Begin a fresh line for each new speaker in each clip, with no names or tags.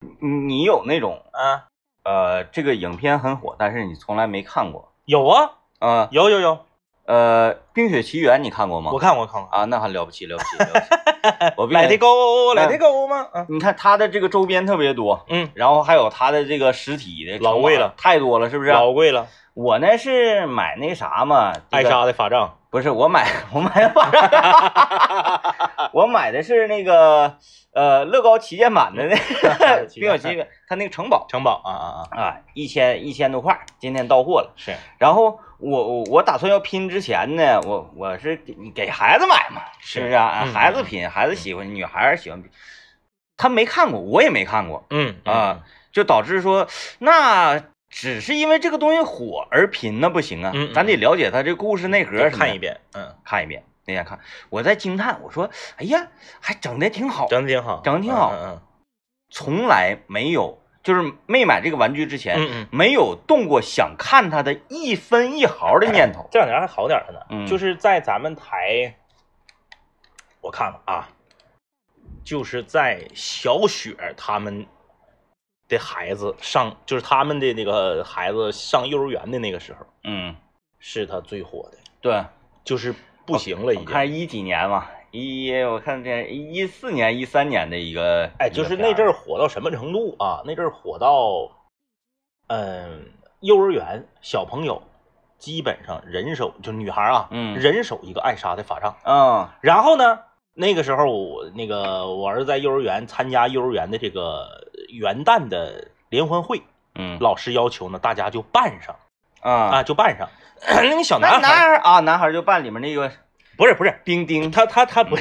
你嗯你有那种
啊，
呃，这个影片很火，但是你从来没看过
有啊，
啊？
有有有，
呃，《冰雪奇缘》你看过吗？
我看过我看过，
啊，那还了不起，了不起，了不起！ 我必须
来的高，来的高吗？啊
你看它的这个周边特别多，
嗯，
然后还有它的这个实体的，
老贵了，
太多了，是不是？
老贵了，
我呢是买那啥嘛，这
艾
个
莎的法 杖，
不是我买 我买的， 我买的是那个呃乐高旗舰版的那 个冰雪奇缘，它那个城堡
城堡啊啊啊，
啊，一千一千多块，今天到货了。
是
然后我我我打算要拼之前呢，我我是给给孩子买嘛，是不是啊？
嗯
孩子拼，孩子喜欢，女孩儿喜欢拼，他没看过，我也没看过
嗯
啊，就导致说那。只是因为这个东西火而拼，那不行啊
嗯！嗯
咱得了解他这故事内核
嗯，
什么的。
看一遍，嗯，
看一遍，那天看，我在惊叹，我说，哎呀，还整的挺好，
整的挺好，
整得挺好
嗯
从来没有，就是没买这个玩具之前，
嗯嗯嗯，
没有动过想看它的一分一毫
哎
的念头。
这两年还好点儿了
嗯
呢，就是在咱们台，我看看啊，就是在小雪他们的孩子上，就是他们的那个孩子上幼儿园的那个时候，
嗯，
是他最火的，
对，
就是不行了已
我
经。哎
看一几年嘛，一我看这一四年、一三年的一个，
哎，就是那阵
儿，
儿火到什么程度啊？那阵儿火到，嗯，幼儿园小朋友基本上人手就女孩啊，
嗯
人手一个艾莎的法杖。
嗯
然后呢，那个时候我那个我儿子在幼儿园参加幼儿园的这个元旦的联欢会，
嗯
老师要求呢大家就扮上
啊，
啊，就扮上。 那个小
那
男
男
孩
孩啊，男孩就扮里面那个
不是不是
冰丁，
他他他不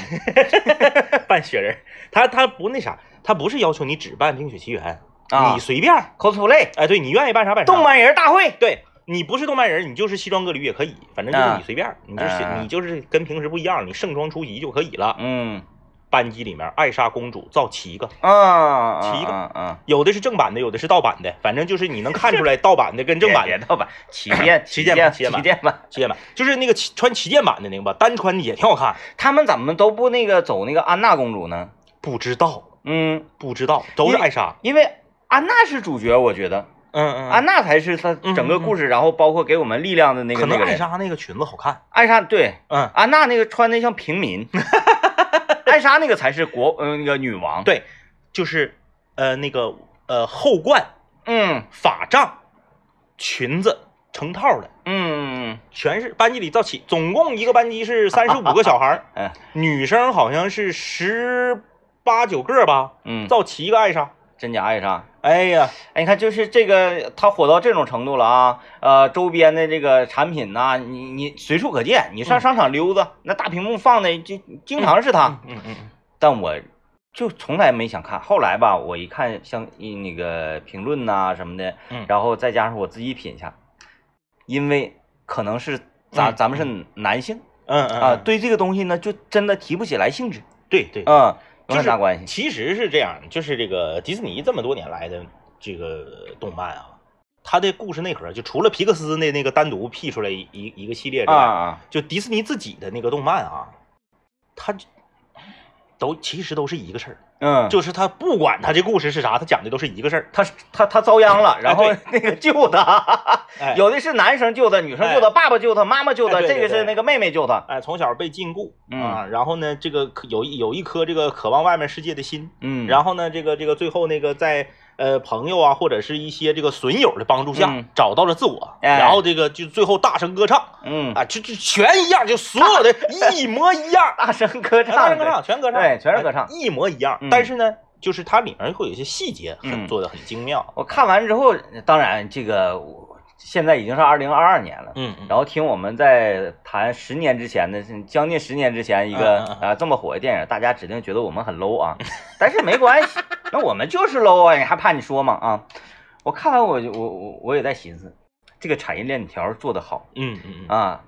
扮雪人，他他不那啥，他不是要求你只扮冰雪奇缘，
啊
你随便儿，
cosplay
哎，对你愿意扮啥扮啥。
动漫人大会，
对你不是动漫人，你就是西装革履也可以，反正就是
啊
你随便儿，你就是
啊
你就是跟平时不一样，你盛装出席就可以了。
嗯
班级里面，艾莎公主造七个，
啊，
骑一个
嗯嗯。嗯
有的是正版的，有的是盗版的，反正就是你能看 出来盗版的跟正版
也
的
也 盗版，旗舰
旗舰
舰
版
旗
旗
舰版，
旗舰版，就是那个旗穿旗舰版的那个吧，单穿也挺好看。
他们怎么都不那个走那个安娜公主呢？
不知道，
嗯，
不知道，都是艾莎。
因为安娜是主角，我觉得
嗯嗯，
安娜才是她整个故事，然后包括给我们力量的那个
可
那
能
个
艾
人。
莎那个裙子好看。
艾莎对
嗯，
安娜那个穿的像平 民，艾莎那个才是国嗯、那个女王。，
对，就是呃那个呃后冠、
嗯
法杖、裙子成套的，
嗯
全是班级里造起，总共一个班级是三十五个小孩儿，
嗯
女生好像是十八九个吧，
嗯，
造七个艾莎。
真假艾莎。
哎呀，
哎，你看，就是这个，它火到这种程度了啊！呃，周边的这个产品呐、你你随处可见，你上
嗯
商场溜达，那大屏幕放的就经常是它。
嗯嗯嗯，
但我就从来没想看。后来吧，我一看像一那个评论呐、什么的
嗯，
然后再加上我自己品一下，因为可能是咱、
嗯
咱们是男性
嗯嗯
啊、对这个东西呢，就真的提不起来兴致。
对对，
嗯，有
就
很
是
大关系。
其实是这样，就是这个迪士尼这么多年来的这个动漫啊，它的故事内核就除了皮克斯那那个单独辟出来一一一个系列之
啊
外，
啊，
就迪士尼自己的那个动漫啊，它就都其实都是一个事儿，
嗯，
就是它不管它这故事是啥，它讲的都是一个事儿。
他他他遭殃了，然后
哎对
那个救他，
哎
有的是男生救他，女生救他，爸爸救他，妈妈救
哎
他，
对
这
对
个是
对
那个妹妹救他。
哎，从小被禁锢
嗯
啊，然后呢，这个可有一有一颗这个渴望外面世界的心，
嗯
然后呢，这个这个最后那个在呃朋友啊或者是一些这个损友的帮助下、
嗯
找到了自我，
哎
然后这个就最后大声歌唱
嗯，
啊，就就全一样，就所 有的一模一样，
大声歌唱，
大声歌唱，全歌唱，
对全是歌唱
哎一模一样。
嗯
但是呢，就是它里面会有一些细节很
嗯
做的很精妙，
我看完之后，当然这个我现在已经是二零二二年了。
嗯，
然后听我们在谈十年之前的，将近十年之前一个
嗯嗯
啊、这么火的电影，大家指定觉得我们很 low 啊， 但是没关系，那我们就是 low 啊，你还怕你说吗啊？我看完我就我我我也在寻思，这个产业链条做得好
嗯嗯嗯嗯，
啊，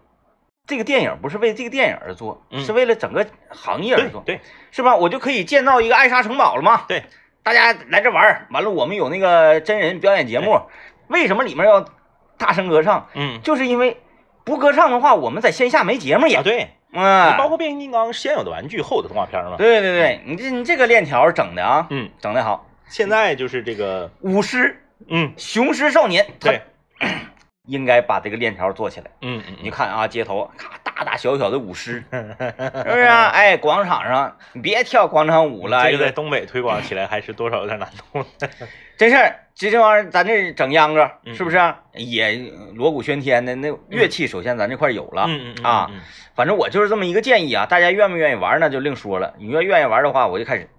这个电影不是为这个电影而做，
嗯
是为了整个行业而
对
做，
对
是吧？我就可以建造一个艾莎城堡了吗？
对，
大家来这玩儿，完了我们有那个真人表演节目，为什么里面要大声歌唱？
嗯，
就是因为不歌唱的话，我们在线下没节目演。
啊对，
嗯，
包括变形金刚先有的玩具，后有的动画片嘛，
对对对，你这你这个链条整的啊，
嗯
整的好。
现在就是这个，
舞狮、
嗯
雄狮少年，他
对，
应该把这个链条做起来。
嗯嗯，
你看啊，街头咔大大小小的舞 狮，是不是啊？哎，广场上你别跳广场舞了，哎
这个在东北推广起来还是多少有点难 度。
真事儿，这这玩意儿咱这整秧歌
嗯
是不是啊、也锣鼓喧天的？那乐器首先咱这块儿有了，
嗯嗯
啊，
嗯嗯
反正我就是这么一个建议啊，大家愿不愿意玩呢就另说了。你要愿意玩的话，我就开始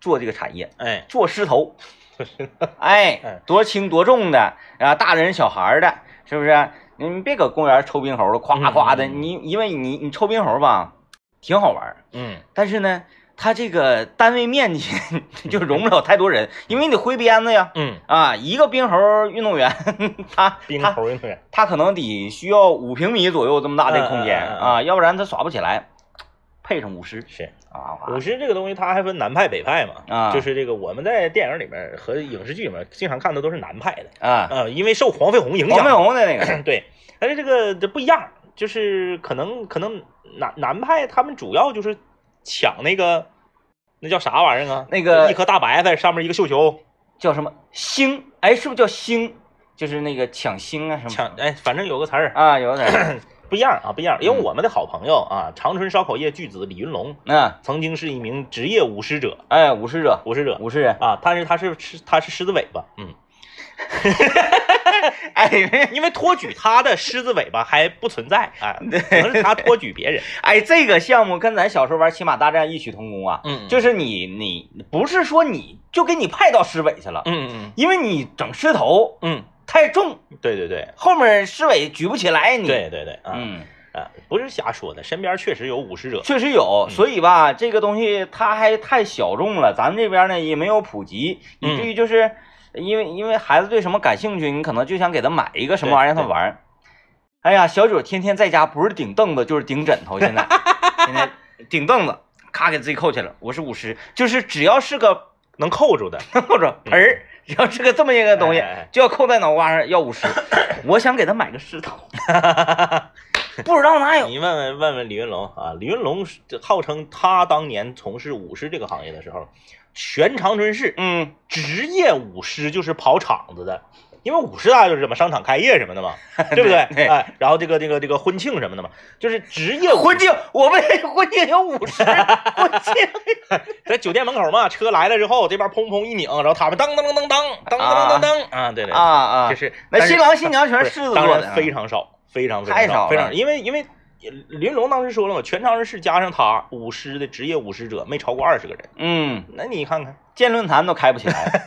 做这个产业，
哎，
做狮头， 哎
哎，
多轻多重的啊，大人小孩儿的，是不是啊？你别搁公园抽冰猴了，夸夸的。
嗯嗯嗯
你因为你你抽冰猴吧，挺好玩儿，
嗯，
但是呢，它这个单位面积 就容不了太多人，因为你得挥鞭子呀。
嗯，
啊，一个冰猴运动员， 他
冰
他
头运动员，
他可能得需要五平米左右这么大的空间
嗯嗯嗯嗯
啊，要不然他耍不起来。配上舞狮
是
啊，
舞狮这个东西，它还分南派北派嘛，
啊
就是这个我们在电影里面和影视剧里面经常看的都是南派的，
啊，
呃，因为受黄飞鸿影响，
黄飞鸿的那个
对，但是这个这不一样，就是可能可能南南派他们主要就是抢那个那叫啥玩意儿啊？
那个
一颗大白菜上面一个绣球，
叫什么星？哎，是不是叫星？就是那个抢星啊什么
抢哎，反正有个词儿
啊，有点儿
不一样啊，不一样。因为
嗯
我们的好朋友啊，长春烧烤业巨子李云龙
嗯，
曾经是一名职业舞狮者，
哎，舞狮者，
舞狮者
舞狮人，
啊，但是他是狮他是狮子尾巴，嗯，
哎，
因为托举他的狮子尾巴还不存在，哎，可能是他托举别人，
哎，这个项目跟咱小时候玩骑马大战异曲同工啊，
嗯
就是是你你不是说你就给你派到狮尾去了，
嗯嗯
因为你整狮头
嗯
太重，
嗯，对对对
后面狮尾举不起来你。
对对对啊。
嗯，
啊，不是瞎说的，身边确实有舞狮者。
确实
嗯
有，所以吧，这个东西它还太小众了，咱们这边呢也没有普及，
嗯
以至于就是因为因为孩子对什么感兴趣，你可能就想给他买一个什么玩意儿让他玩儿。哎呀，小九天天在家不是顶凳子就是顶枕头，现 在现在顶凳子，咔给自己扣起来。我是舞狮，就是只要是个
能扣住的，
或者盆儿，只要是个这么一个东西
嗯哎哎哎，
就要扣在脑瓜上要五 十。我想给他买个石头， 不知道哪有。
你问问问问李云龙啊，李云龙是号称他当年从事舞狮这个行业的时候，全长春市
嗯，
职业舞狮就是跑场子的，因为舞狮大家就是什么商场开业什么的嘛，对不对？
对对
哎，然后这个这个这个婚庆什么的嘛，就是职业舞
婚庆，我们婚庆有五十，婚 庆
在酒店门口嘛，车来了之后，这边砰砰一拧，然后他们当当当当当当当当当啊，对对
啊，啊
就，是
那
但是
新郎新娘全
不
是
是
狮子
当
座的
然
啊，
非常少，非常非常
太少了
非常，因为因为林龙当时说了嘛，全长春市加上他舞狮的职业舞狮者没超过二十个人，
嗯，
那你看看，
建论坛都开不起 来，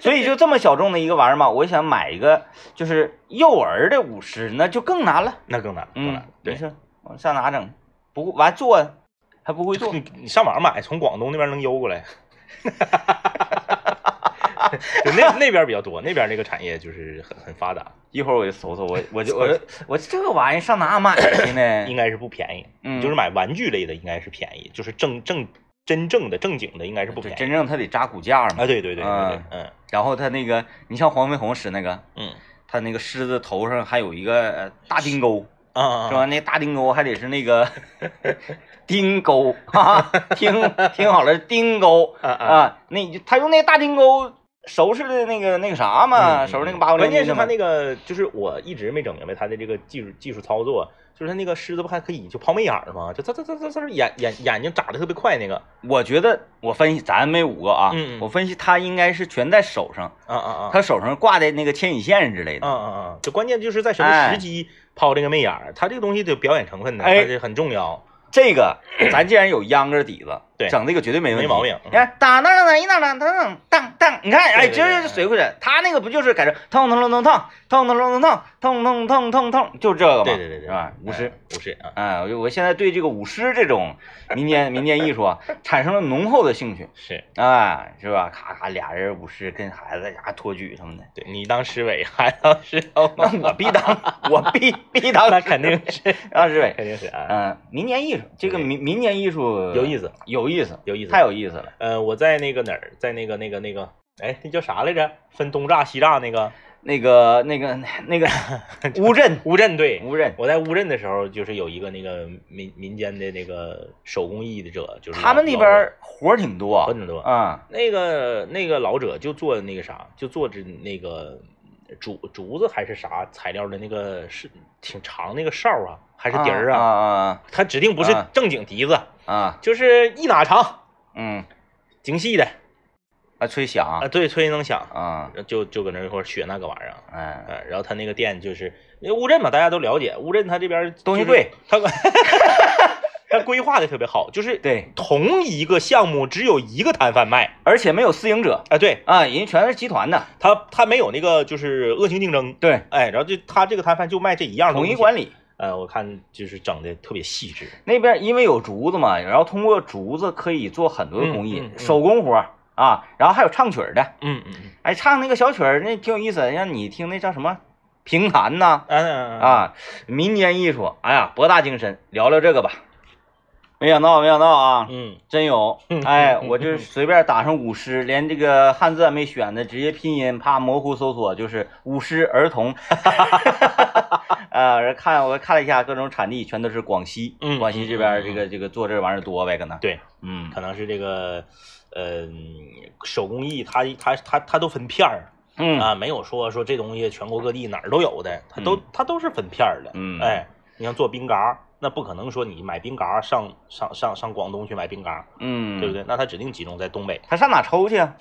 所以就这么小众的一个玩意儿嘛，我想买一个就是幼儿的舞狮，那就更难了。
那更难，更
嗯
难，，
没
对。
事，我上哪整？不完做啊还不会做，
你你上网买，从广东那边能邮过来。 对那那边比较多，那边那个产业就是很很发达，
一会儿我就搜搜，我我就我 就我这个玩意儿上哪买去
应
呢？
该是不便宜。
嗯，
就是买玩具类的应该是便宜，就是正正真正的正经的应该是不
对
便宜。
真正他得扎骨架嘛。
啊，对对对对对，嗯
然后他那个，你像黄飞鸿使那个，
嗯
他那个狮子头上还有一个呃大钉钩，
啊啊，
是吧？那大钉钩还得是那个 钉钩，哈哈，听听好了，钉钩
啊啊
啊，那他用那大钉钩收拾的那个那个啥嘛，
嗯
收拾那个
嗯
八卦
关
连
键是
针
他
嘛。
那个，就是我一直没整明白他的这个技术技术操作，就是他那个狮子不还可以就抛媚眼儿吗？就他他他他他眼眼眼睛眨的特别快那个，
我觉得我分析，咱没五个啊
嗯，嗯
我分析他应该是全在手上，
啊啊啊，
他手上挂的那个牵引线之类
啊
的。
啊啊，就关键就是在什么时机抛这个媚眼儿，他这个东西的表演成分呢，
哎
它这很重要。
这个咱既然有秧歌底子，
对
整这个绝对没问题，
没毛病
你看，当当当一当当当当当，你看，哎，
对对
就
对
是水不水？他那个不就是改成痛痛痛痛痛痛痛痛痛痛痛痛痛痛，就这个嘛，
对对对对，
是吧？舞狮
哎，，舞狮啊，
哎，我就我现在对这个舞狮这种民间民间艺术啊，产生了浓厚的兴趣，
是
哎，是吧？咔咔，俩人舞狮，跟孩子在家托举什么的，
对你当狮尾，还当狮头，
那我必当，我必必当，
那肯定是，
啊，是呗？
肯定是啊，
嗯，民间艺术这个
对
民民间艺术
有意思，
有意思，
呃有意思
太。有意思了。
呃，我在那个哪儿，在那个那个那个，哎，那叫啥来着？分东栅西栅那个
那个那个那 个乌镇
乌镇对，
乌镇，
我在乌镇的时候，就是有一个那个民民间的那个手工艺的者，就是
他们那边儿活儿挺多，
很多，
啊，
那个那个老者就做那个啥，就做这那个竹竹子还是啥材料的那个是挺长那个哨啊，还
还
是笛儿
啊
啊？
啊
他指定不是
啊
正经笛子，
啊啊，
就是一拿长，
嗯，
精细的
啊吹响
啊，对，吹能响，
啊，
就就搁那一块儿学那个玩意儿。
哎，
嗯，然后他那个店就是因为乌镇嘛，大家都了解，乌镇他这边
东西
就是
贵，
他 他规划的特别好，就是
对，
同一个项目只有一个摊贩卖，
而且没有私营者
哎，对
啊，人家全是集团的，
他他没有那个就是恶性竞争，
对，
哎，然后就他这个摊贩就卖这一样东
统
西，
一管理。
呃，我看就是整的特别细致，
那边因为有竹子嘛，然后通过竹子可以做很多的工艺，
嗯嗯嗯
手工活儿啊，然后还有唱曲儿的，
嗯嗯嗯，
哎，唱那个小曲儿那挺有意思，让你听那叫什么评弹呐
啊啊啊
啊，民间艺术，哎呀，博大精深，聊聊这个吧。没想到，没想到啊，
嗯，，
真有 哎，我就是随便打上舞狮，连这个汉字也没选的，直接拼音啪模糊搜索就是舞狮儿 童， 呃，看我看了一下各种产地，全都是广西，
嗯
广西这边这个这个做这玩意儿多呗，可能，
对，
嗯
可能是这个呃手工艺，他他他他都分片儿，
嗯
啊，没有说说这东西全国各地哪儿都有的，它都、
嗯
它都是分片儿的。
嗯
哎，你像做冰嘎儿，那不可能说你买冰嘎儿上上上上广东去买冰嘎儿，
嗯，
对不？对？那它指定集中在东北
他上哪抽去 啊？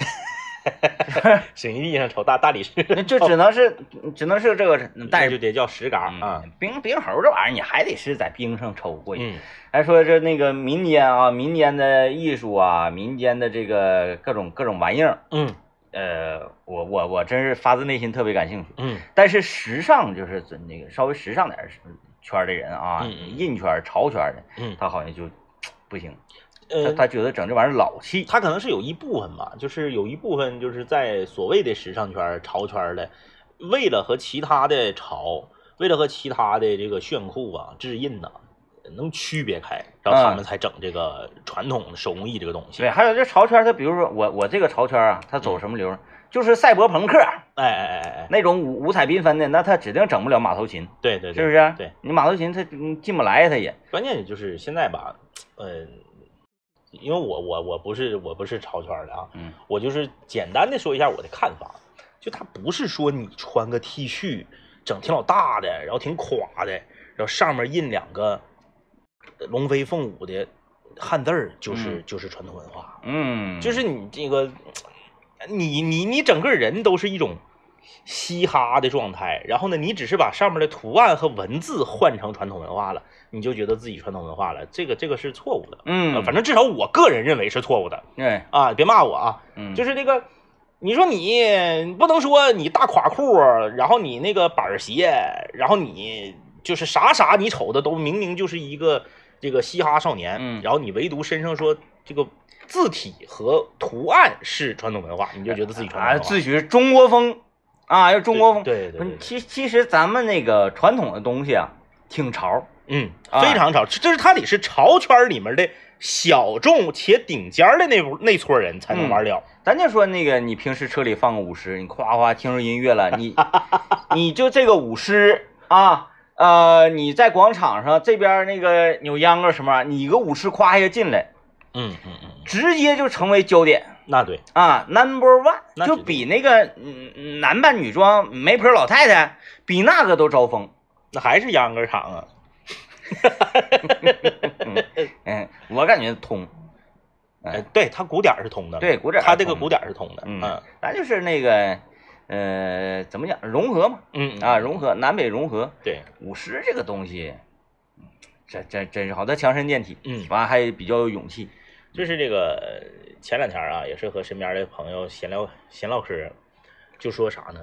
水泥地上瞅大大 理石，
那就只能是只能是这个带
那就得叫石嘎儿啊。
嗯，冰冰猴这玩意儿你还得是在冰上抽过去。
嗯
还说这那个民间啊，民间的艺术啊，民间的这个各种各种玩意儿，
嗯
呃，我我我真是发自内心特别感兴趣。
嗯
但是时尚就是那个稍微时尚点儿圈儿的人啊，
嗯嗯
印圈儿、潮圈儿的，
嗯，
他好像就不行，他
呃，
他觉得整这玩意儿老气。
它可能是有一部分吧，就是有一部分就是在所谓的时尚圈儿、潮圈儿的，为了和其他的潮，为了和其他的这个炫酷啊、制印呐、能区别开，然后他们才整这个传统手工艺这个东西。
嗯对，啊还有这潮圈儿，他比如说我我这个潮圈儿啊，他走
嗯
什么流儿？就是赛博朋克
哎哎哎哎哎，
那种五五彩缤纷的，那他指定整不了马头琴，
对对
是啊
对，
不是？
对，
你马头琴他嗯进不来，他也，
关键就是现在吧，呃，因为我我我不是我不是潮圈儿的啊，
嗯
我就是简单的说一下我的看法，就他不是说你穿个 T 恤，整挺老大的，然后挺垮的，然后上面印两个龙飞凤舞的汉字儿，就是、就是传统文化，
嗯，
就是你这个，你你你整个人都是一种嘻哈的状态，然后呢，你只是把上面的图案和文字换成传统文化了，你就觉得自己传统文化了，这个这个是错误的，呃
嗯，
反正至少我个人认为是错误的
对，
啊，别骂我啊。
嗯，
就是是这个，你说你你不能说你大垮裤，然后你那个板儿鞋，然后你就是啥啥你瞅的都明明就是一个这个嘻哈少年，
嗯
然后你唯独身上说这个字体和图案是传统文化，你就觉得自己传统
啊，
文化，
自诩中国风啊，要中国风。
对对
不
对
是，
对
其其实咱们那个传统的东西啊，挺潮。
嗯，
啊
非常潮，这是它得是潮圈里面的小众且顶尖儿的那部那撮人才
嗯
能玩了，
咱就说那个，你平时车里放个舞狮，你夸夸听着音乐了， 你你就这个舞狮啊，呃，你在广场上这边那个扭秧歌什么玩意儿，你一个舞狮夸一下进来，
嗯嗯嗯，
直接就成为焦点
那对，
啊，number one，
那
就
指定
比那个嗯男扮女装媒婆老太太比那个都招风。
那还是秧歌场啊，
嗯，我感觉通。
哎，对，它鼓点儿是通的，
对鼓点儿
它
是
这个
通的
鼓点儿是通的，
嗯
嗯
咱就是那个，呃，怎么讲，融合嘛，
嗯
啊，融合南北融合。
对，
舞狮这个东西，嗯这真真是好，它强身健体，
嗯
完还比较有勇气。
就是这个呃前两天啊，也是和身边的朋友闲聊闲唠嗑，就说啥呢？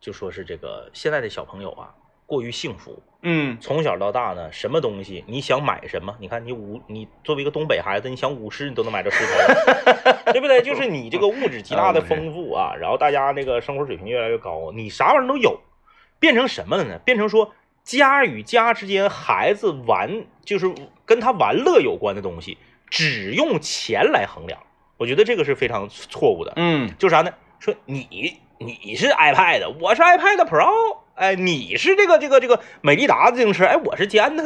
就说是这个现在的小朋友啊，过于幸福，
嗯
从小到大呢，什么东西你想买什么？你看你五，你作为一个东北孩子，你想五十你都能买着石头，对不对？就是你这个物质极大的丰富啊，然后大家那个生活水平越来越高，啊你啥玩意儿都有，变成什么了呢？变成说家与家之间孩子玩，就是跟他玩乐有关的东西，只用钱来衡量，我觉得这个是非常错误的。
嗯
就是啥呢？说你你是 iPad，我是 iPad Pro，哎，你是这个这个这个美利达自行车，哎，我是捷安特，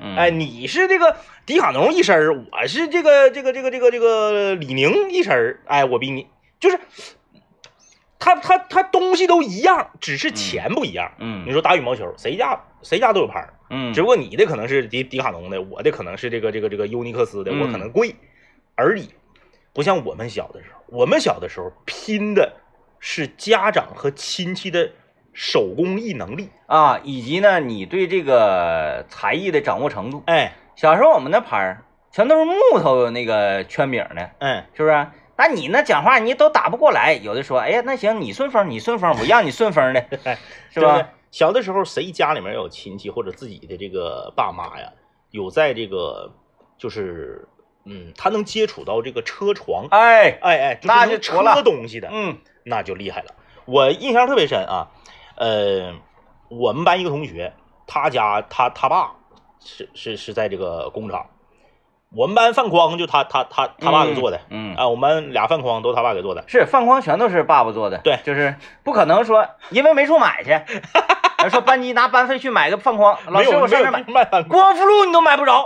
嗯
哎，，你是这个迪卡侬一身儿，我是这个这个这个这个这个李宁一身儿，哎，我比你就是，他他他东西都一样，只是钱不一样。你
嗯
说打羽毛球，谁家谁家都有拍儿，
嗯，
只不过你的可能是迪迪卡侬的，我的可能是这个这个这个尤尼克斯的，
嗯
我可能贵而已。不像我们小的时候，我们小的时候拼的是家长和亲戚的手工艺能力。
啊，以及呢，你对这个才艺的掌握程度。
哎
小时候我们那盘儿全都是木头那个圈饼的，
哎，
是不是？那你那讲话你都打不过来，有的说，哎呀，那行你顺风，你顺风，我让你顺风 的，是
对不对
吧？？
小的时候，谁家里面有亲戚或者自己的这个爸妈呀，有在这个就是嗯，他能接触到这个车床，
哎，
哎哎，就
那
是
就
能
妥了
车东西的，
嗯
那就厉害了。我印象特别深啊，呃，我们班一个同学，他家他他爸是是是在这个工厂，我们班饭筐就他他他他爸给做的、
嗯，
啊，我们俩饭筐都他爸给做的，
是饭筐全都是爸爸做的，
对
就是不可能说因为没处买去， 说班级拿班费去买个饭筐，老
没
师
有
我
没
上
有
这买，
卖饭筐，
国王福禄你都买不着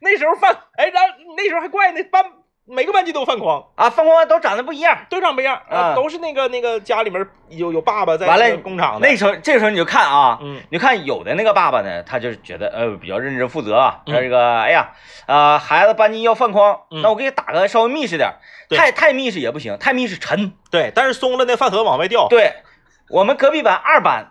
那时候饭哎，然后那时候还怪那班每个班级都有饭筐。
啊，饭筐都长得不一样。
都长不一样呃
啊
都是那个那个家里面有有爸爸在
完了
那个工厂的，
那时候这时候你就看啊，
嗯
你看有的那个爸爸呢，他就是觉得呃比较认真负责啊，
嗯
这个哎呀啊、孩子班级要饭筐，
嗯
那我给你打个稍微密实点儿，
对
太太密实也不行，太密实沉。
对，但是松了那饭盒往外掉，
对，我们隔壁班二班，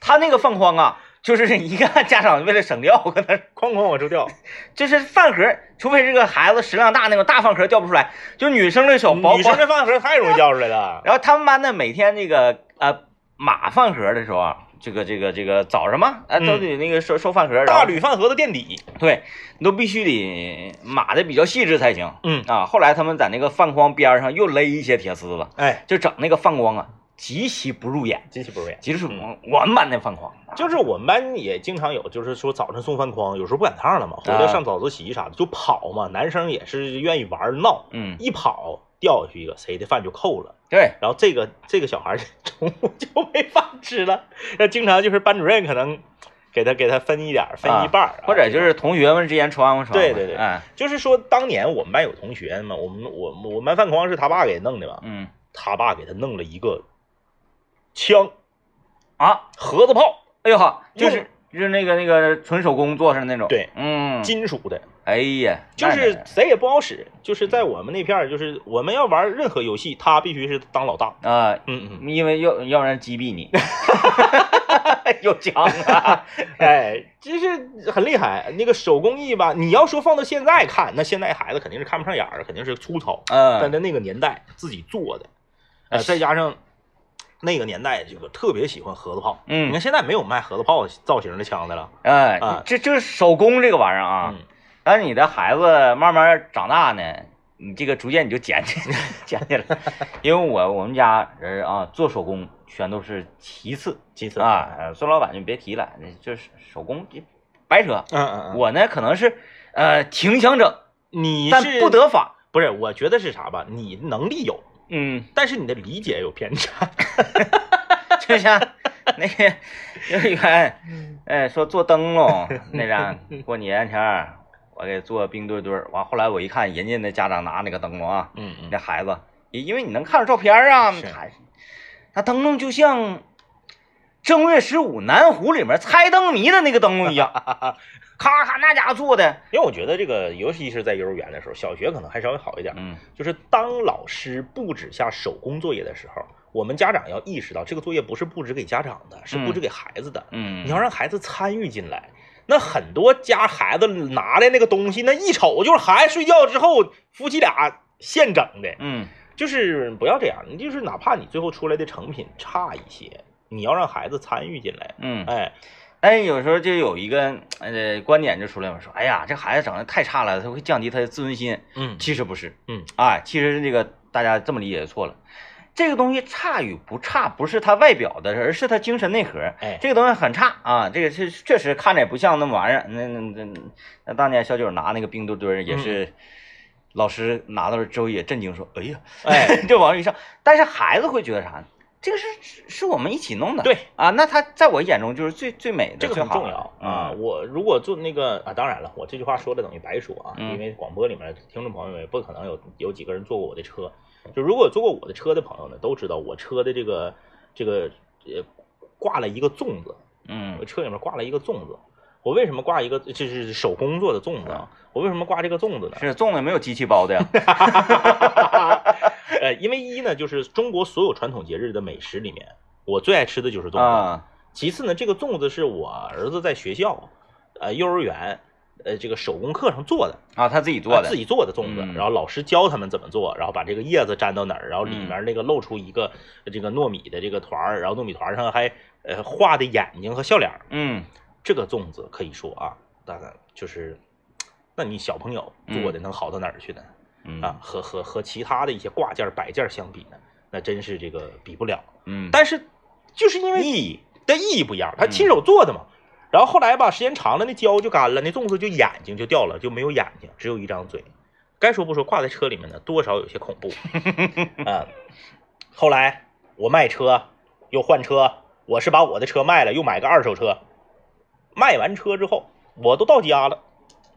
他那个饭筐啊，就是一看家长为了省料，可能
哐哐往出掉，
就是饭盒，除非这个孩子食量大，那种大饭盒掉不出来，就女生这手薄
女生
薄。
这饭盒太容易掉出来了。
然后他们班呢，每天这个呃码饭盒的时候啊，这个这个这个早上嘛，哎、都得那个收收饭盒，然后
嗯大铝饭盒的垫底，
对，你都必须得码的比较细致才行。
嗯，
啊，后来他们在那个饭筐边儿上又勒一些铁丝子，
哎，
就整那个饭光啊，极其不入眼，
极其不容易。
极是我们班那饭筐。
就是我们班也经常有，就是说早晨送饭筐，有时候不赶趟了嘛，回
啊
来上早自习啥的就跑嘛。男生也是愿意玩儿闹，
嗯，
一跑掉下去一个，谁的饭就扣了。
对，
然后这个这个小孩儿中午就 没饭吃了，那经常就是班主任可能给他给他分一点儿，分
啊
一半儿啊、
或者就是同学们之间传过传过。
对对对
哎，
就是说，当年我们班有同学嘛，我们我我们班饭筐是他爸给弄的嘛，
嗯
他爸给他弄了一个枪
啊，
盒子炮，
哎呦呵，就是就是那个那个纯手工做成那种。
对，
嗯，
金属的，
哎呀，
就
那
是
得
谁也不好使，就是在我们那片儿，就是我们要玩任何游戏，他必须是当老大。
啊，
嗯
因为要要不然击毙 你，有枪啊。
嗯，哎，就是很厉害。那个手工艺吧，你要说放到现在看，那现在孩子肯定是看不上眼儿，肯定是粗糙。但
嗯，
在那个年代自己做的，呃，再加上那个年代这个特别喜欢盒子炮，
嗯
你看现在没有卖盒子炮造型的枪的了，
哎
啊，
这这手工这个玩意儿啊，
嗯，
但是你的孩子慢慢长大呢，你这个逐渐你就捡起捡起来， 因为我我们家人啊做手工全都是其次
其次，
啊，呃孙老板就别提了，那就是手工这白扯。
嗯嗯嗯，
我呢可能是呃挺想整，
你
但
是
不得法。
不是，我觉得是啥吧？你能力有，
嗯，
但是你的理解有偏差。
就像那个幼儿园，
嗯
哎，说做灯笼 那啥，过年前儿我给做冰墩墩儿，完后来我一看人家那家长拿那个灯笼啊，
嗯
你
嗯
这孩子，因因为你能看着照片儿啊，
是
他他灯笼就像正月十五南湖里面猜灯谜的那个灯笼一 样，咔咔那家伙做的，
因为我觉得这个，尤其是在幼儿园的时候，小学可能还稍微好一点，
嗯
就是当老师布置下手工作业的时候，我们家长要意识到这个作业不是布置给家长的，是布置给孩子的。
嗯，
你要让孩子参与进来。那很多家孩子拿来那个东西，那一瞅就是孩子睡觉之后夫妻俩现整的，
嗯
就是不要这样，你就是哪怕你最后出来的成品差一些，你要让孩子参与进来。
嗯，
哎，
但是有时候就有一个呃观点就出来了，说哎呀这孩子整的太差了，他会降低他的自尊心，
嗯
其实不是，
嗯，
哎，其实那个大家这么理解就错了。这个东西差与不差，不是他外表的，而是他精神内核。
哎，
这个东西很差啊，这个是确实
嗯
看着也不像那玩意儿。那那那那当年小九拿那个冰墩墩儿也是老师拿到之后也震惊说：“哎呀，
哎，
这往上一上。”但是孩子会觉得啥呢？这个是是是我们一起弄的，
对
啊，那他在我眼中就是最最美的，
这个
最
很
好嗯
重
的
要啊！，我如果做那个啊，当然了，我这句话说的等于白说啊，
嗯
因为广播里面听众朋友们也不可能有有几个人坐过我的车。就如果坐过我的车的朋友呢，都知道我车的这个这个呃挂了一个粽子，
嗯
我车里面挂了一个粽子。我为什么挂一个就是手工做的粽子啊？我为什么挂这个粽子呢
嗯，？是啊粽子没有机器包 的呀，
呃，因为一呢，就是中国所有传统节日的美食里面，我最爱吃的就是粽子。
啊，
其次呢，这个粽子是我儿子在学校，呃，幼儿园，呃，这个手工课上做的，
啊，他自己做
他
的，
自己做的粽子，
嗯
然后老师教他们怎么做，然后把这个叶子粘到哪儿，然后里
嗯
面那个露出一个呃这个糯米的这个团儿，然后糯米团上还呃画的眼睛和笑脸儿。
嗯
这个粽子可以说啊，当然就是，那你小朋友做的能好到哪儿去呢？
嗯
啊，和和和其他的一些挂件儿摆件儿相比呢，那真是这个比不了。
嗯，
但是就是因为意义的意义不一样，他亲手做的嘛。然后后来吧，时间长了，那胶就干了，那粽子就眼睛就掉了，就没有眼睛，只有一张嘴。该说不说，挂在车里面呢，多少有些恐怖啊、后来我卖车，又换车，我是把我的车卖了，又买个二手车。卖完车之后，我都到家了，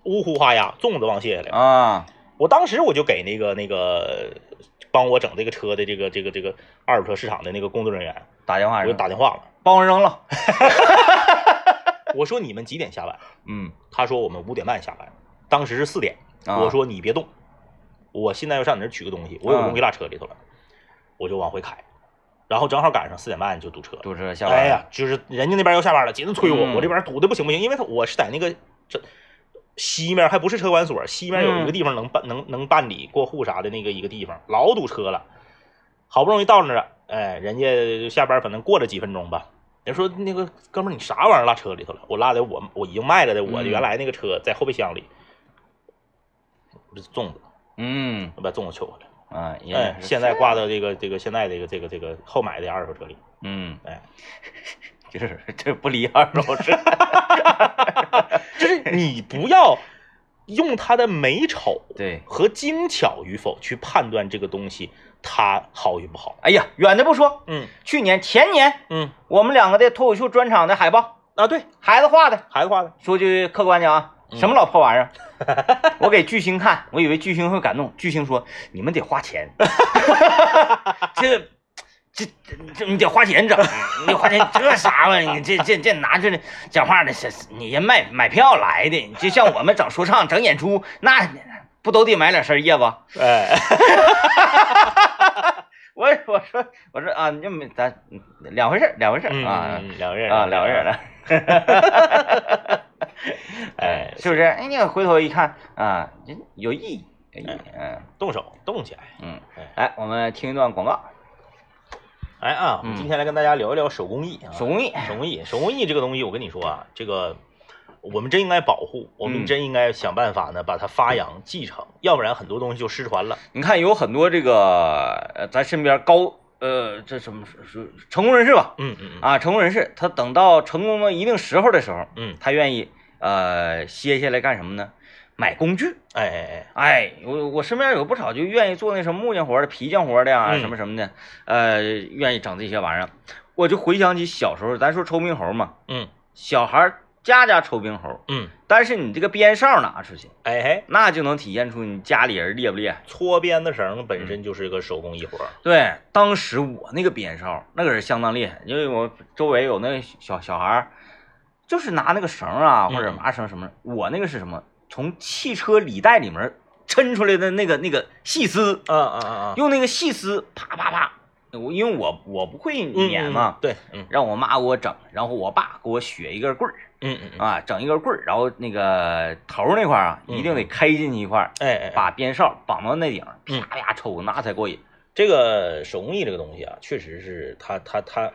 呜呼哈呀，粽子忘卸下来了。
啊，
我当时我就给那个那个帮我整这个车的这个这个这个二手车市场的那个工作人员，
打电话
我就
说
打电话了，
帮我扔了，
我说你们几点下班？
嗯，
他说我们五点半下班，当时是四点。
啊
我说你别动，我现在要上你那儿取个东西，我有
啊
东西落车里头了，我就往回开，然后正好赶上四点半就堵车了。
堵车下班，
哎呀，，就是人家那边要下班了，紧着催我，
嗯
我这边堵的不行不行，因为他我是在那个这西面，还不是车管所，西面
嗯
有一个地方能办、能能办理过户啥的那个一个地方，老堵车了。好不容易到那儿了，哎，人家下班反正过了几分钟吧，人说那个哥们儿你啥玩意儿落车里头了？我落在我我已经卖了的我的
嗯
原来那个车在后备箱里，我这粽子，
嗯
我把粽子取回来，
啊，也
哎，
是
现在挂到这个这个现在这个这个这个后买的二手车里，
嗯，
哎。
就是这不离二 手车，
就是你不要用它的美丑
对，
和精巧与否去判断这个东西它好与不好。
哎呀，远的不说，
嗯
去年前年
嗯
我们两个的脱口秀专场的海报，
啊，对，
孩子画的，
孩子画的，
说句客观讲啊，
嗯
什么老破玩意 儿？我给巨星看，我以为巨星会感动。巨星说：“你们得花 钱，这这这你得花钱整，你得花钱这啥玩意儿？你这这这拿着讲话的，这你人买买票来的，你就像我们整说唱、整演出，那不都得买两身叶子？”
哎，
我我说我说啊，你们咱两回事儿两回事儿
嗯
啊、
嗯两个人
啊，两回事儿
人，
了。
哎，
是不是？哎，你回头一看啊，有意义，有意义。嗯
动手动起来。
嗯
哎，
来，我们听一段广告，
哎啊，我们今天来跟大家聊一聊手工艺啊，
嗯手工艺。
手工艺，手工艺这个东西，我跟你说啊，这个我们真应该保护，我们
嗯
真应该想办法呢把它发扬继承，要不然很多东西就失传了。
你看，有很多这个呃，咱身边高呃，这什么是是成功人士吧？
嗯嗯嗯
啊，成功人士，他等到成功到一定时候的时候，
嗯，
他愿意呃歇下来干什么呢？买工具。
哎哎哎。
哎，我我身边有不少就愿意做那什么木匠活儿的、皮匠活儿的呀、
嗯
什么什么的，呃，愿意整这些玩意儿。我就回想起小时候，咱说抽冰猴嘛，
嗯
小孩儿家家抽冰猴，
嗯，
但是你这个鞭哨拿出去，
哎嘿，
那就能体现出你家里人厉不厉害。
搓鞭子绳本身就是一个手工艺活儿。
对，当时我那个鞭哨那可是相当厉害，因为我周围有那个小小孩儿，就是拿那个绳儿啊
嗯
或者麻绳什么的，我那个是什么？从汽车里带里面抻出来的那个那个细丝，
啊啊啊啊，
用那个细丝啪啪啪，我因为我我不会
嗯
捻嘛，，
嗯对，嗯
让我妈给我整，然后我爸给我削一根棍儿。
嗯嗯嗯，
啊，整一根棍儿，然后那个头儿那块儿啊，
嗯
一定得开进去一块儿，
哎哎哎，
把鞭哨绑到那顶儿，
嗯
啪啪抽，那才过瘾。
这个手工艺这个东西啊，确实是它它它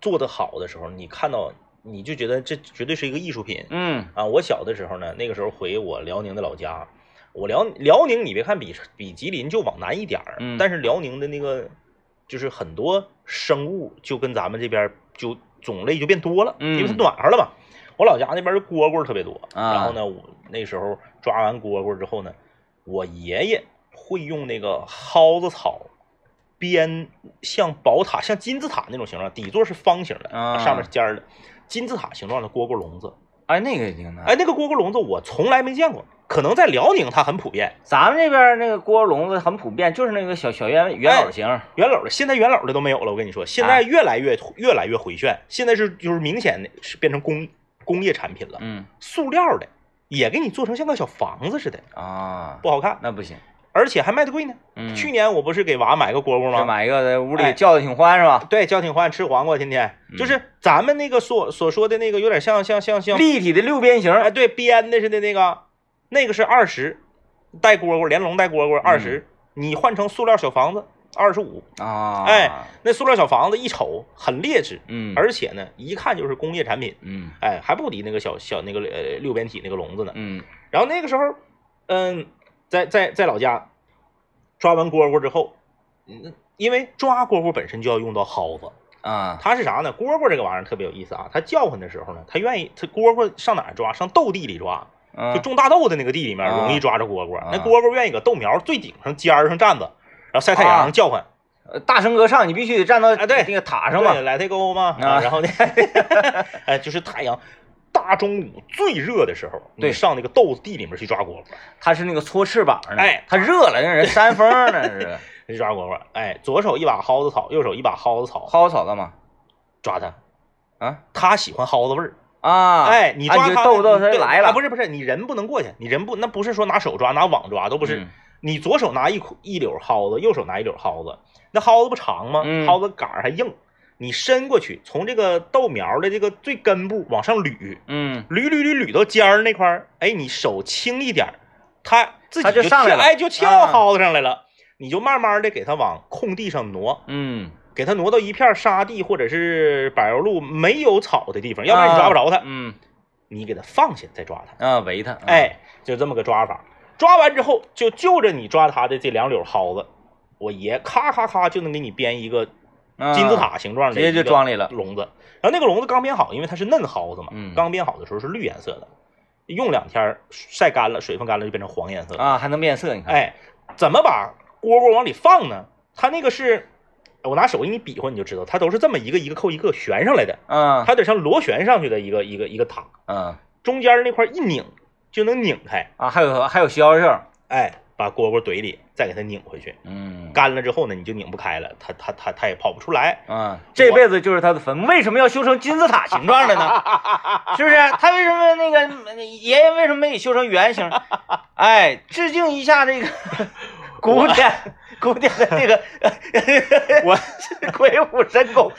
做的好的时候，你看到你就觉得这绝对是一个艺术品
嗯
啊。我小的时候呢，那个时候回我辽宁的老家，我辽辽宁，你别看比比吉林就往南一点儿，
嗯
但是辽宁的那个就是很多生物就跟咱们这边儿就种类就变多了，
嗯
因为它暖和了嘛。我老家那边儿蝈蝈特别多，
啊
然后呢，我那时候抓完蝈蝈之后呢，我爷爷会用那个蒿子草编像宝塔、像金字塔那种形状，底座是方形的，
啊
上面是尖儿的，金字塔形状的蝈蝈笼子。
哎，那个挺难。
哎，那个蝈蝈笼子我从来没见过，可能在辽宁它很普遍，
咱们这边那个锅笼子很普遍，就是那个小小圆圆
哎
篓形。
元老的现在元老的都没有了。我跟你说，现
啊
在越来越、越来越回旋，现在是就是明显的是变成工工业产品了，
嗯
塑料的也给你做成像个小房子似的，
啊，
不好看，
那不行。
而且还卖的贵呢。
嗯，
去年我不是给娃买个蝈
这
蝈吗？
买一个在屋里
哎
叫的挺欢是吧？
对，交挺欢吃黄瓜，天天
嗯
就是咱们那个所所说的那个，有点像像像像，
立体的六边形。
哎，对，编的似的那个，那个是二十，带蝈蝈，连笼带蝈蝈二
嗯
十，你换成塑料小房子二十五，
啊，
哎，那塑料小房子一瞅很劣质，
嗯，
而且呢，一看就是工业产品，
嗯
哎，还不敌那个小小那个呃六边体那个笼子呢。
嗯
然后那个时候，嗯，在在在老家抓完蝈蝈之后，嗯，因为抓蝈蝈本身就要用到蒿子。
啊，
它是啥呢？蝈蝈这个玩意儿特别有意思啊，它叫唤的时候呢，它愿意，它蝈蝈上哪儿抓？上豆地里抓，
嗯
就种大豆的那个地里面
啊
容易抓着蝈蝈。
啊
那蝈蝈愿意搁豆苗最顶上尖儿上站着，然后晒太阳
啊
叫唤，
呃大声歌唱，你必须得站到
啊对
那个塔上嘛
对。来太沟嘛，
啊
然后呢， 哎，就是太阳大中午最热的时候，你
对
上那个豆地里面去抓蝈蝈，
它是那个搓翅膀呢，
哎
它热了，让人扇风 呢，是
去抓蝈蝈。哎，左手一把蒿子草，右手一把蒿子草，
薅草干嘛？
抓它。
啊
它喜欢蒿子味儿，
啊，
哎，你抓
啊就
它，
逗逗它
对
就来了，
啊不是不是，你人不能过去，你人不那不是说拿手抓，拿网抓都不是，
嗯
你左手拿一捆一绺蒿子，右手拿一绺蒿子，那蒿子不长吗？
嗯
蒿子杆儿还硬，你伸过去，从这个豆苗的这个最根部往上捋，
嗯，
捋捋捋捋到尖儿那块儿，哎，你手轻一点儿，它自己
它就上来
跳
了
哎，就跳
啊
蒿子上来了，你就慢慢的给它往空地上挪。
嗯，
给它挪到一片沙地或者是柏油路没有草的地方，要不然你抓不着它。
嗯
你给它放下再抓它。
啊，围它，嗯，
哎，就这么个抓法。抓完之后，就就着你抓它的这两绺蒿子，我爷咔咔咔就能给你编一个
啊
金字，塔形状的，
直接就装里了，
笼子。然后那个笼子刚编好，因为它是嫩蒿子嘛，
嗯
刚编好的时候是绿颜色的，用两天儿晒干了，水分干了就变成黄颜色了。
啊，还能变色，你看，
哎，怎么把蝈蝈往里放呢？它那个是，我拿手给你比划，你就知道，它都是这么一个一个扣一个悬上来的，
嗯
它得像螺旋上去的一个一个一个塔，
嗯
中间那块一拧就能拧开。
啊，还有还有消消，
哎，把蝈蝈怼里，再给它拧回去。
嗯
干了之后呢，你就拧不开了，它它它它也跑不出来。
啊，这辈子就是他的坟，为什么要修成金字塔形状的 呢？是不是？他为什么那个爷爷为什么没给修成圆形？哎，致敬一下 这个古典古典的这个
我
鬼斧神工，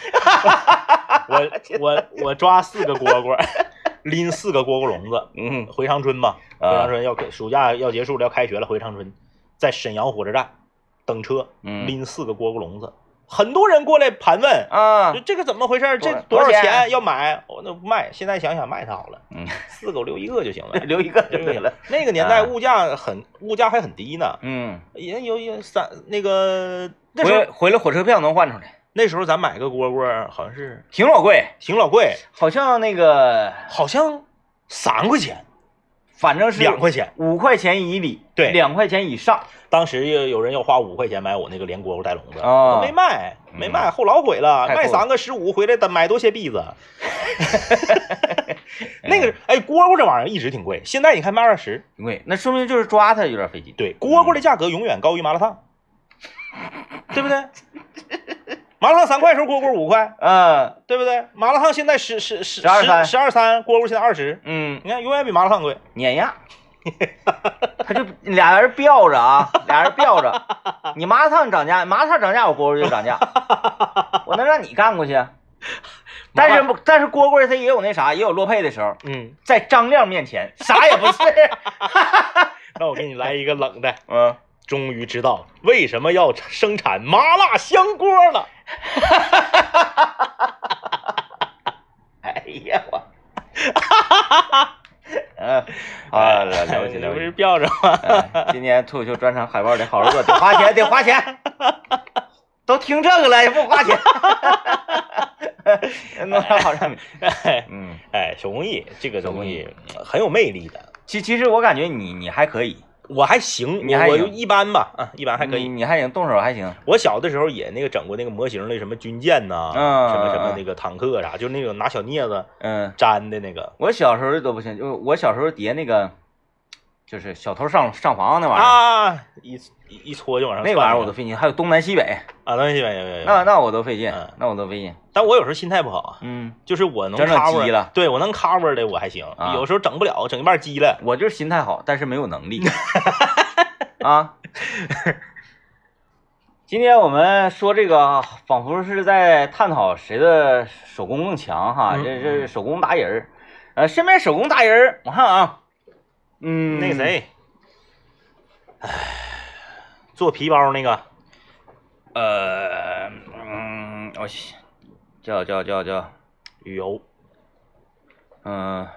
我我我抓四个蝈蝈， 拎四个蝈蝈笼子
嗯
回长春吧。回
啊
长春要暑假要结束了，要开学了，回长春，在沈阳火车站等车，
嗯
拎四个蝈蝈笼子，很多人过来盘问。
啊
就，这个怎么回事？
多
这多
多
少
少
钱啊
钱
要买？我、那不卖。现在想想卖它好了，
嗯，
四个我留一个就 行了
。留一个就
对
对了，。
那个年代
啊
物价很，物价还很低呢。
嗯，
也有有三那个那时
回
候
回来火车票能换出来，
那时候咱买个蝈蝈好像是
挺老贵，
挺老贵，
好像那个
好像三块钱
反正是
两块钱，
五块钱以里，
对
两块钱以上
当时有有人要花五块钱买我那个连蝈蝈带笼子，
啊
我没卖没卖，
嗯
后老悔了，
太厚
卖三个十五回来得买多些 币子。那个哎，蝈蝈这玩意儿一直挺贵，现在你看卖二十，
挺贵，那说明就是抓它有点费劲。
对，蝈蝈的价格永远高于麻辣烫，对不对？麻辣烫三块的时候，蝈蝈五块，
嗯
对不对？麻辣烫现在十十十
12三
十二三，蝈蝈现在二十，
嗯，
你看永远比麻辣烫贵。
碾压，他就俩人吊着啊，俩人吊着，你麻辣烫涨价，麻辣烫涨价，我蝈蝈就涨价，我能让你干过去啊？但是不但是蝈蝈它也有那啥，也有落配的时候，
嗯，
在张亮面前啥也不是。
那我给你来一个冷的，
嗯，
终于知道为什么要生产麻辣香锅了。
哎呀我， 嗯，好了了解了
你不
解
是。吊着吗？
哎今年脱口秀专场海报得好好做，得花钱，得花钱。都听这个了，也不花钱。 弄啥好产品？嗯，
哎，手工艺这个东
手工
西嗯很有魅力的。
其其实我感觉你你还可以，
我还行，
你
我
还
我
行嗯
就一般吧，啊，一般还可
你
以。
你还行，动手还行。
我小的时候也那个整过那个模型的什么军舰呐，
嗯
什么什么
嗯
那个坦克啥，就那种拿小镊子
嗯，
粘的那个
我小时候都不行，就我小时候底下那个，就是小偷上上房那玩意儿，
啊，一一一搓就往上窜。
那玩意儿我都费劲。还有东南西北，
啊，东西没有没有没有。
那那我都费劲
嗯，
那我都费劲。
但我有时候心态不好啊，
嗯，
就是我能
整整
cover
鸡了
对我能 cover 的我还行，
啊
有时候整不了，整一半鸡了。
我就是心态好，但是没有能 力。啊，今天我们说这个，仿佛是在探讨谁的手工更强哈，
嗯
这这是手工达人儿。呃，身边手工达人儿，我看啊，嗯，
那个，谁，唉，做皮包那个，
呃，嗯，我想叫叫叫叫，
旅游
嗯、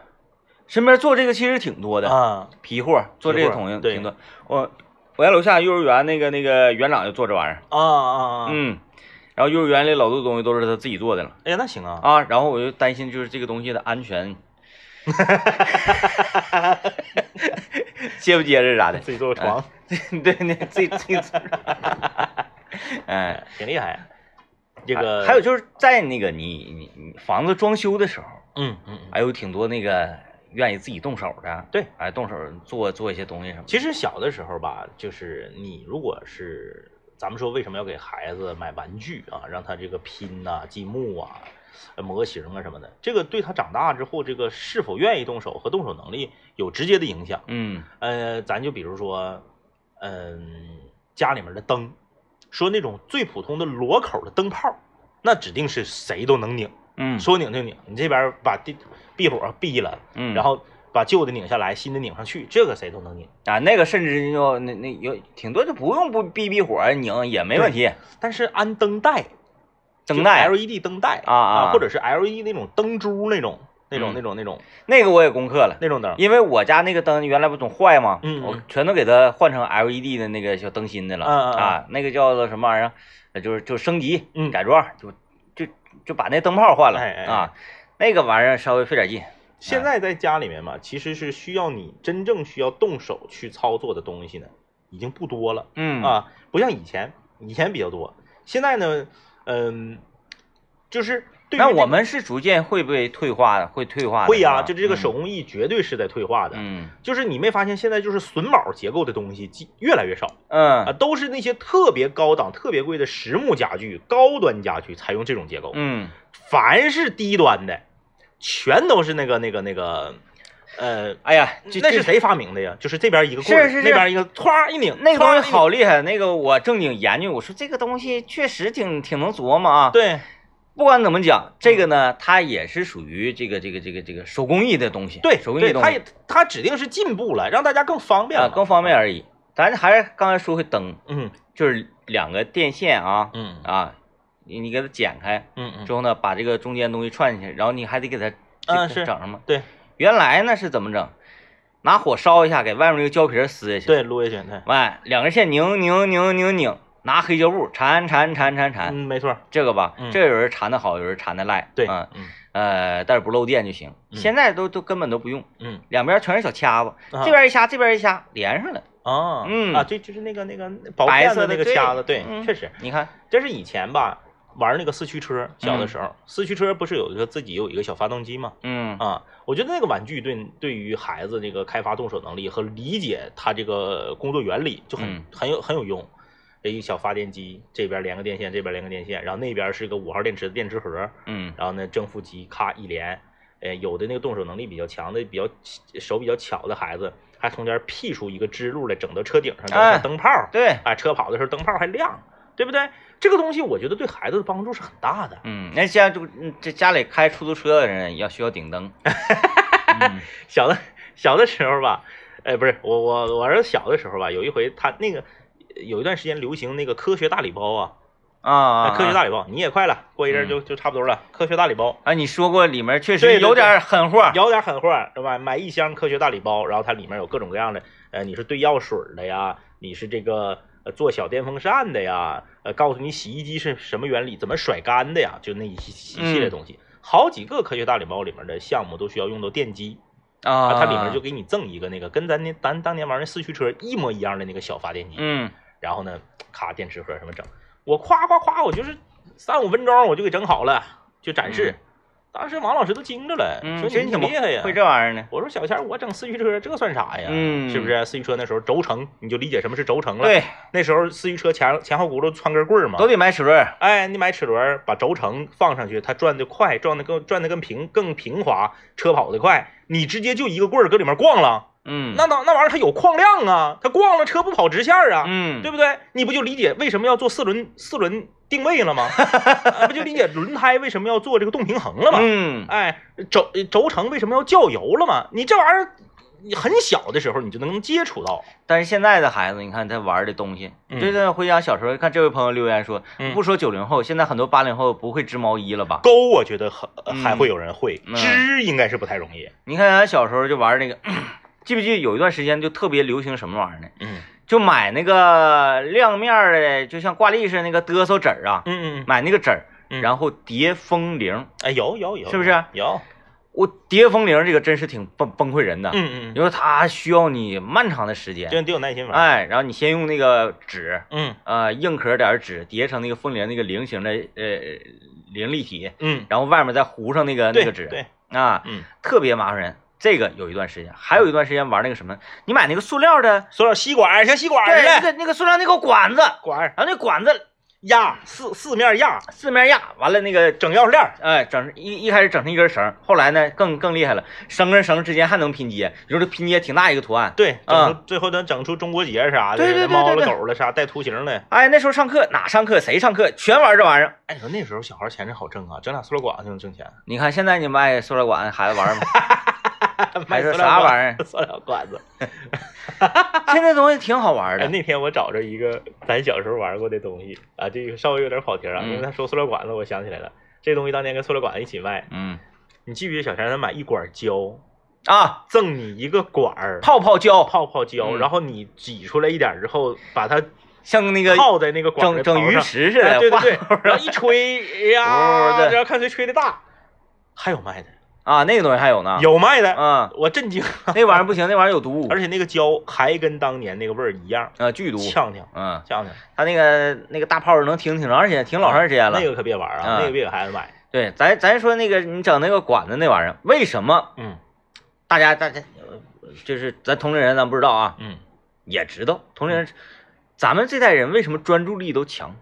身边做这个其实挺多的，
啊，
皮货做这
皮
个
货
统一
对
挺多。我我家楼下幼儿园那个那个园长就做这玩意儿，
啊啊啊！
嗯，然后幼儿园里老多东西都是他自己做的了
哎呀，那行啊，
啊，然后我就担心就是这个东西的安 全，结不结实 啥的，
自己做个床，
对，你自己自己做， 哎，
挺厉害啊。这个
还有，就是在那个你你你房子装修的时候，
嗯嗯，嗯
还有挺多那个愿意自己动手的，
对，
哎，动手做做一些东西什么的，
其实小的时候吧，就是你如果是咱们说为什么要给孩子买玩具啊，让他这个拼呐、积木啊、呃模型啊什么的，这个对他长大之后这个是否愿意动手和动手能力有直接的影响。
嗯
呃，咱就比如说，嗯、家里面的灯，说那种最普通的螺口的灯泡，那指定是谁都能拧，
嗯
说拧就拧。你这边把地壁火闭了，
嗯，
然后把旧的拧下来，新的拧上去，这个谁都能拧。
啊，那个甚至就那那有挺多就不用不避避火拧也没问题，
但是安灯带，
灯带
就 LED 灯带
啊啊
或者是 LED 那种灯珠那种那种
嗯
那种那种
那个我也攻克了，
那种灯，
因为我家那个灯原来不总坏吗？
嗯
我
嗯
全都给它换成 LED 的那个小灯芯的了
啊啊啊
啊，那个叫做什么玩意儿？呃就是就升级
嗯
改装，就就就把那灯泡换了
哎哎哎
啊，那个玩意儿稍微费点劲，
现在在家里面嘛，其实是需要你真正需要动手去操作的东西呢，已经不多了
嗯，
啊，不像以前，以前比较多，现在呢，嗯，就是对于
那
这
我们是逐渐会被退化的，会退化的
会呀、
是吧
就这个手工艺绝对是在退化的，
嗯
就是你没发现现在就是榫卯结构的东西几越来越少。
嗯
啊，都是那些特别高档、特别贵的实木家具、高端家具采用这种结构。
嗯
凡是低端的，全都是那个、那个、那个，呃，
哎呀，这
那
这
是谁发明的呀？就是这边一个棍儿，
是是是
那边一个，歘一拧，
那个东
歘
西
一拧。
好厉害，那个我正经研究，我说这个东西确实挺挺能琢磨啊。，
对，嗯
不管怎么讲，这个呢，它也是属于这个这个这个这个手工艺的东西，
对
手工艺
对，
的东
它
西
也它指定是进步了，让大家更方便
啊
了，
更方便而已。咱还是刚才说回灯，
嗯
就是两个电线啊
嗯嗯
啊，你你给它剪开
嗯嗯，
之后呢，把这个中间东西串进去，然后你还得给它
啊
这
是
整上嘛。
对
原来呢是怎么整？拿火烧一下，给外面那个胶皮儿撕下去，
对，撸下去，对，
完两根线拧拧拧拧拧，拿黑胶布缠缠缠缠缠，
嗯，没错，
这个吧，
嗯
这有人缠的好，有人缠的赖，
对，
啊，
嗯
呃，但是不漏电就行。
嗯
现在都都根本都不用，
嗯
两边全是小掐子，
啊
这边一掐，这边一掐，连上了。
啊
嗯
啊，对，就是那个那个薄
白
片
色
的
的
那个
对
夹子，对，
嗯
确实，
你看，
但是以前吧，玩那个四驱车，小的时候，四驱车不是有一个自己有一个小发动机吗？
嗯
啊，我觉得那个玩具对对于孩子这个开发动手能力和理解他这个工作原理就很、
嗯
很有很有用。这一小发电机，这边连个电线，这边连个电线，然后那边是个五号电池的电池盒，
嗯
然后呢正负极咔一连，呃，有的那个动手能力比较强的、比较手比较巧的孩子，还从中间辟出一个支路来整到车顶上，当
哎
小灯泡儿。
对，
哎，车跑的时候灯泡还亮，对不对？这个东西我觉得对孩子的帮助是很大的。
嗯，那家就嗯这家里开出租车的人要需要顶 灯。嗯
小的小的时候吧，哎，不是我我我儿子小的时候吧，有一回他那个有一段时间流行那个科学大礼包啊，
啊，
哎科学大礼包，你也快了，过一阵儿就、就差不多了。科学大礼包，
啊，你说过里面确
对
实
对对
有点狠货。
有点狠话是吧？买一箱科学大礼包，然后它里面有各种各样的，呃，你是兑药水的呀，你是这个。呃做小电风扇的呀，呃，告诉你洗衣机是什么原理，怎么甩干的
嗯
呀，就那一系一系列东西，好几个科学大礼包里面的项目都需要用到电机，
啊，
啊，它里面就给你赠一个那个跟咱那咱当年玩那四驱车一模一样的那个小发电机，
嗯
然后呢，咔电池盒什么整，我夸夸夸，我就是三五分钟我就给整好了，就展示。当时王老师都惊着了，
嗯，
说
真
你挺厉害呀！
会这玩意儿呢。
我说小钱儿，我整四驱车这算啥呀？
嗯
是不是？四驱车那时候轴承，你就理解什么是轴承了。，
对，
那时候四驱车前前后轱辘穿根棍儿嘛
都。得买齿轮。
哎，你买齿轮儿，把轴承放上去，它转的快，转的更转的更平更平滑，车跑得快。你直接就一个棍儿搁里面逛了，
嗯，
那那那玩意儿它有矿量啊，它逛了车不跑直线儿啊，
嗯，
对不对？你不就理解为什么要做四轮四轮定 位了吗？啊不就理解轮胎为什么要做这个动平衡 了吗？
嗯，
哎，轴轴承为什么要校油了嘛？你这玩意儿，你很小的时候你就能接触到，
但是现在的孩子，你看他玩的东西，
嗯
这个回想小时候，看这位朋友留言说，
嗯
不说九零后，现在很多八零后不会织毛衣了吧？
钩我觉得很还
嗯
会有人会，
嗯
织应该是不太容易。
你看咱小时候就玩那个， 记不记得有一段时间就特别流行什么玩意儿呢？
嗯
就买那个亮面儿的，就像挂历似的那个嘚瑟纸儿啊，
嗯嗯，
买那个纸儿，
嗯
然后叠风铃。
哎有有有，
是不啊是
有？
我叠风铃这个真是挺崩崩溃人的，
嗯嗯
因为它需要你漫长的时
嗯，
间，
真得有耐心玩。
哎，然后你先用那个纸，
嗯
呃，硬壳点儿纸叠成那个风铃那个菱形的呃菱立体，
嗯，
然后外面再糊上那个
对
那个纸
对，
啊，
嗯，
特别麻烦人。这个有一段时间，还有一段时间玩那个什么，你买那个塑料的，
塑料吸管像吸管
对，那
似的，
个那个塑料那个管子，然
管儿
后那管子
压四四面压，
四面压，完了那个
整钥匙链儿。
哎，整一一开始整成一根绳儿，后来呢更更厉害了，绳跟绳之间还能拼接，你说这拼接挺大一个图案。
对，
啊
整出最后能整出中国结啥
对对对
的，
对
猫了
对
狗了啥带图形的。
哎，那时候上课哪上课谁上课，全玩这玩意儿。
哎，你说那时候小孩钱真好挣啊，整俩塑料管子就能挣钱。
你看现在你卖塑料管孩子 玩吗？还
买
是
塑料
啥
管
玩意儿？
塑料 管子。
现在东西挺好玩
哎，
的。
那天我找着一个咱小时候玩过的东西啊，这个稍微有点跑题啊，
嗯
因为他说塑料管子，我想起来了，这东西当年跟塑料管子一起卖。
嗯
你记不记得小钱他买一管胶，
啊，
赠你一个管儿
泡泡胶
泡泡胶，
嗯
然后你挤出来一点儿之后，把它
像那个
泡在那个管
整
子
整
头
鱼
上
池似
哎
的，
对 对
哗
对，然后一吹哎
呜呜
呀，
的
然后看谁吹的大，还有卖的，
啊，那个东西还有呢。
有卖的，
啊，
我震 惊，
那玩意儿不行，那玩意儿有毒，
而且那个胶还跟当年那个味儿一样，
呃剧毒。
呛呛
嗯，
呛呛，
他那个那个大炮能挺挺长时间，挺老长时间了。
那个可别玩啊，
啊
那个别给孩子买，
对，咱咱说那个你整那个管子那玩意儿，为什么
嗯
大家大家呃就是咱同龄人咱不知道啊，
嗯，
也知道同龄人，咱们这代人为什么专注力都强，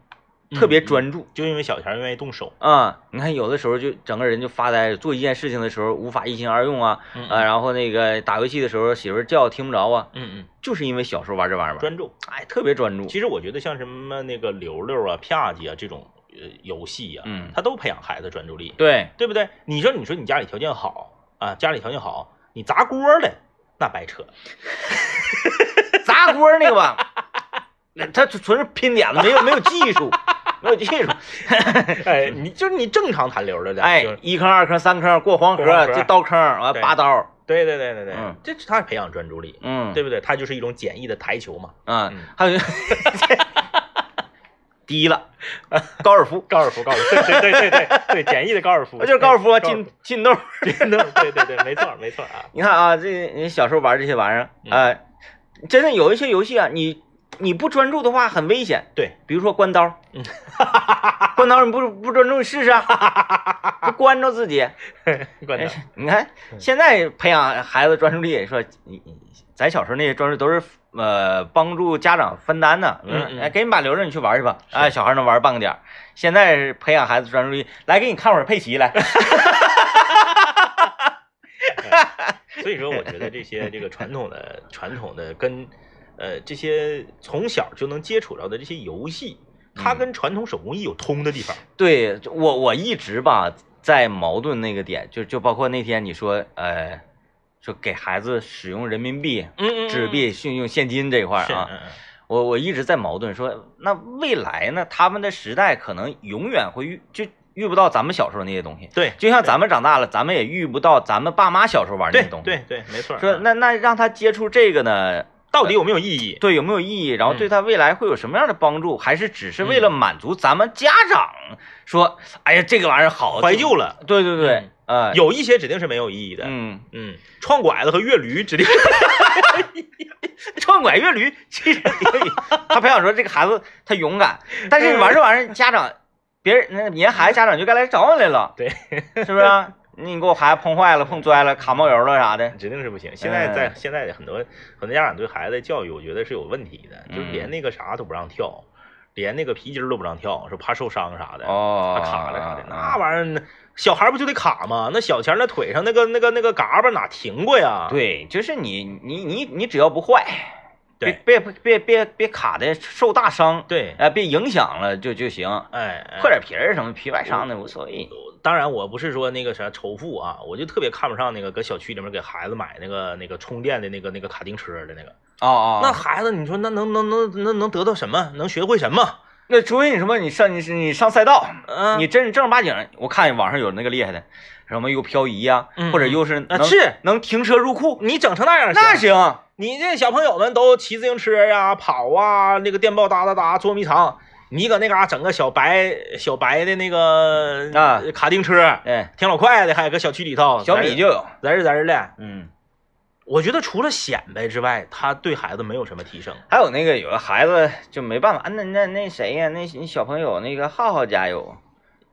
特别
嗯，
专注
就因为小钱愿意动手，
啊？你看有的时候就整个人就发呆，做一件事情的时候无法一心二用啊，
嗯
啊，然后那个打游戏的时候媳妇儿叫听不着啊，
嗯
就是因为小时候玩这玩意儿
嗯，
嘛，
专注。
哎，特别专注。
其实我觉得像什么那个溜溜啊、啪叽啊这种呃游戏呀，
嗯
它都培养孩子专注力，
对，
对不对？你说你说你家里条件好啊，家里条件好，你砸锅了那白扯，
砸锅那个吧，那他纯是拼点子，没有没有技术，没有技 术。
哎，你就是你正常弹溜溜的，
哎
就是，
一坑二坑三坑过黄河
过黄，河
这刀坑完
对
拔刀，
对对对对对，
嗯
这是他培养专注力，
嗯，
对不对？它就是一种简易的台球嘛，
啊
嗯，
还有低了，高尔夫，
高尔夫，高尔夫，对对对对对，简易的高尔夫，
就是高尔夫啊
对
进进洞。
真的，对对对，没错没错 啊，
你看啊，这你小时候玩这些玩意儿，
嗯
呃，真的有一些游戏啊，你你不专注的话很危险，
对，
比如说关刀
嗯。
关刀你不不专注你试试啊， 就关着自己。哎
关灯，
你看
嗯
现在培养孩子专注力，说你你咱小时候那些专注都是呃帮助家长分担呢。
嗯嗯
哎，给你把留着，你去玩去吧。哎，小孩能玩半个点儿。现在是培养孩子专注力，来给你看会儿佩奇来。
所以说我觉得这些这个传统的传统的跟呃这些从小就能接触到的这些游戏，
嗯
它跟传统手工艺有通的地方，
对就我我一直吧在矛盾那个点，就就包括那天你说呃，说给孩子使用人民币、
嗯
纸币、信用现金这一块儿
是
啊，
嗯嗯
我我一直在矛盾说，那未来呢？他们的时代可能永远会遇就遇不到咱们小时候那些东西，
对
就像咱们长大了，咱们也遇不到咱们爸妈小时候玩那
对
些东西。
对对，没错，啊
说那那让他接触这个呢，
到底有没有意义？
对有没有意义？然
嗯
后对他未来会有什么样的帮助？还是只是为了满足咱们家长说，哎呀这个玩意儿好，
怀旧了，
对对对
嗯，
啊、嗯，
有一些指定是没有意义的。
嗯，
嗯，撞拐子和越驴指定，撞拐越驴其实
他培养说这个孩子他勇敢，但是玩着玩着，家长别人那人孩子家长就该来找你来了，
对，
是不是啊？你给我孩子碰坏了、碰摔了、卡冒油了啥的，
指定是不行。现
哎
在在现在很多很多家长对孩子的教育，我觉得是有问题的，就是
嗯
连那个啥都不让跳，连那个皮筋儿都不让跳，说怕受伤啥的。
哦
他，卡了啥的，那
啊
玩意儿那小孩儿不就得卡吗？那小前儿那腿上那个那个那个嘎巴哪停过呀？
对，就是你你你你只要不坏，
对
别别别别别卡的受大伤，
对，
哎，别影响了就就行，
哎，哎
破点皮儿什么皮外伤的无所谓。
当然，我不是说那个啥仇富啊，我就特别看不上那个搁小区里面给孩子买那个那个充电的那个那个卡丁车的那个。
哦哦，
那孩子，你说那能能能能能得到什么？能学会什么？
那除非你什么你上你你上赛道，
嗯，
你真正儿八经儿，我看网上有那个厉害的，什么又漂移呀、
嗯
或者又是
啊
能
是
能停车入库，
你整成那样
那
行？
行
你这小朋友们都骑自行车啊、跑啊，那个电报哒哒哒捉迷藏，你搁那嘎整个小白小白的那个
啊
卡丁车，
哎，
挺老快哦的，还搁小区里头，
小米就有，
滋儿滋儿的。
嗯，
我觉得除了显摆之外，他对孩子没有什么提升。
还有那个有的孩子就没办法，啊那那那谁呀、那你小朋友那个浩浩家有，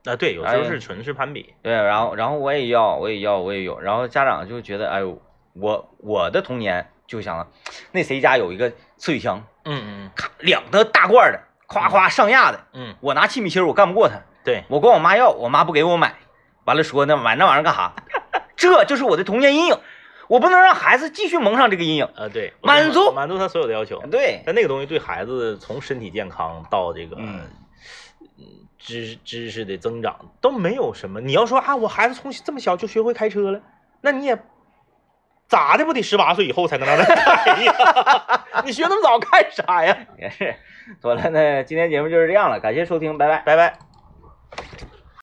啊，对，
哎
有时候是纯是攀比。
对，然后然后我也要，我也要，我也有，然后家长就觉得，哎呦，我我的童年就想了，那谁家有一个刺雨枪，
嗯嗯
咔两个大罐儿的，夸夸上压的，
嗯，
我拿气米芯儿我干不过他，
对，
我管我妈要，我妈不给我买，完了说那买那玩意儿干啥？ 这就是我的童年阴影，我不能让孩子继续蒙上这个阴影。
呃对，
满足
满足他所有的要求。
对，
但那个东西对孩子从身体健康到这个
嗯
嗯知知识的增长都没有什么。你要说啊，我孩子从这么小就学会开车了，那你也咋的不得十八岁以后才能让他开呀？ 你学那么早干啥呀？
也是。妥了，那今天节目就是这样了，感谢收听，拜拜。
拜拜。